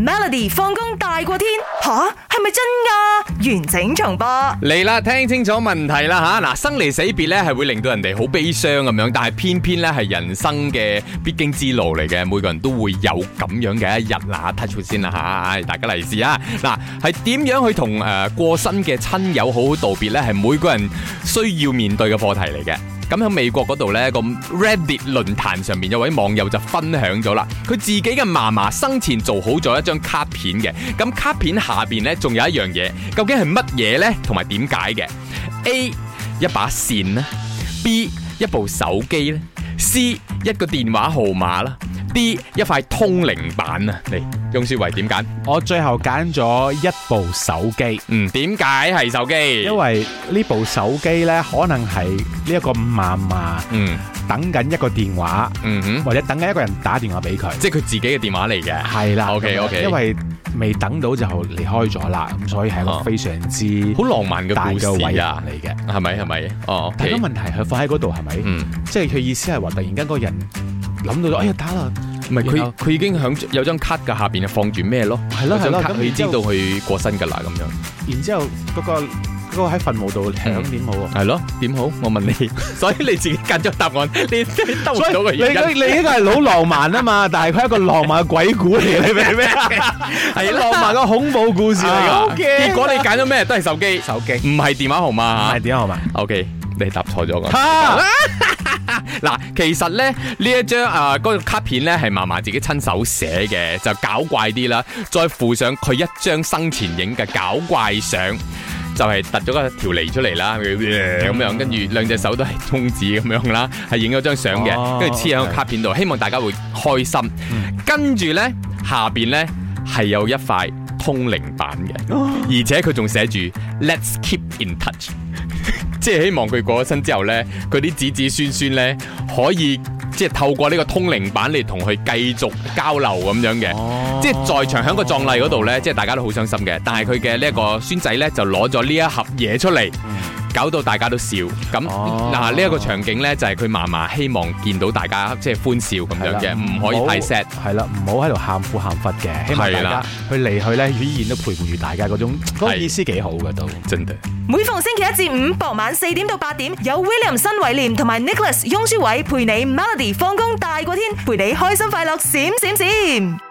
Melody 放工大過天吓，係咪真㗎？完整重播嚟啦，聽清楚問題啦吓，嗱，生離死別咧係會令到人哋好悲傷咁樣，但係偏偏咧係人生嘅必經之路嚟嘅，每個人都會有咁樣嘅一日嗱，touch wood 先啦吓，大家利是啊，嗱，係點樣去同誒過身嘅親友好好道別咧？係每個人需要面對嘅課題嚟嘅。咁喺美國嗰度呢個 Reddit 論壇上面有位網友就分享咗啦，佢自己嘅嫲嫲生前做好咗一張卡片嘅，咁卡片下邊呢，仲有一樣嘢，究竟係乜嘢呢？同埋點解嘅？A 一把扇啦，B 一部手機呢 c 一個電話號碼啦，D 一塊通靈板啊！嚟，翁舒維點揀？我最後揀咗一部手機，嗯，點解係手機？因為呢部手機呢，可能係呢一個嫲嫲嗯等緊一個電話，嗯哼，或者等緊一個人打電話俾佢。即係佢自己嘅電話嚟嘅。係啦 OK，OK 因為未等到就離開咗啦，咁所以係一哦個非常之好浪漫嘅大故嘅事遺啊憾！嚟嘅。係咪？係咪？哦但係，OK 個問題係放喺嗰度係咪？嗯。即係佢意思係話，突然間嗰個人諗到咗，哎呀打啦，唔係然佢後佢已經響有張卡嘅下邊放住咩咯？係有咯張係咯卡咁佢然知之後道佢過身㗎啦，咁樣然之後嗰個嗰個喺墳墓度響點好喎？係咯？點好？我問 你，所以你自己揀咗答案，你你兜唔所到個以你原因。你呢個係好浪漫 啊嘛，但係佢係一個浪漫嘅鬼故嚟，你明唔明？係係啦浪漫嘅恐怖故事嚟啊㗎。結果你揀咗咩？都係手機，手機唔係電話號唔碼係。點啊？ 係嘛？ OK，你答錯咗我。嚇！嗱，其實咧呢一張啊嗰個卡片咧係嫲嫲自己親手寫嘅，就搞怪啲啦，再附上佢一張生前影嘅搞怪相。就係突咗個條脷出嚟啦，咁樣跟住兩隻手都係中指咁樣啦，係影咗張相嘅，哦跟住黐喺個卡片度，希望大家會開心。跟住呢，下邊呢係有一塊通靈板嘅，而且佢仲寫住 Let's keep in touch。即係希望佢過咗身之後呢，佢啲子子孫孫呢，可以即係透過呢個通靈板嚟同佢繼續交流咁樣嘅。哦即係在場喺個葬禮嗰度呢，即係大家都好傷心嘅。但係佢嘅呢一個孫仔呢，就攞咗呢一盒嘢出嚟，搞到大家都笑。咁嗯哦嗱呢一個場景呢，就係佢嫲嫲希望見到大家即係歡笑咁樣嘅，唔可以太 sad。係啦，唔好喺度喊苦喊忽嘅，希望係大啦家去嚟去咧，依然都陪伴住大家嗰種嗰個係意思幾好嘅都。真的，每逢星期一至五傍晚四點到八點，有 William 新偉廉同埋 Nicholas 雍舒偉陪你 Melody 放工大過天，陪你開心快樂閃閃閃。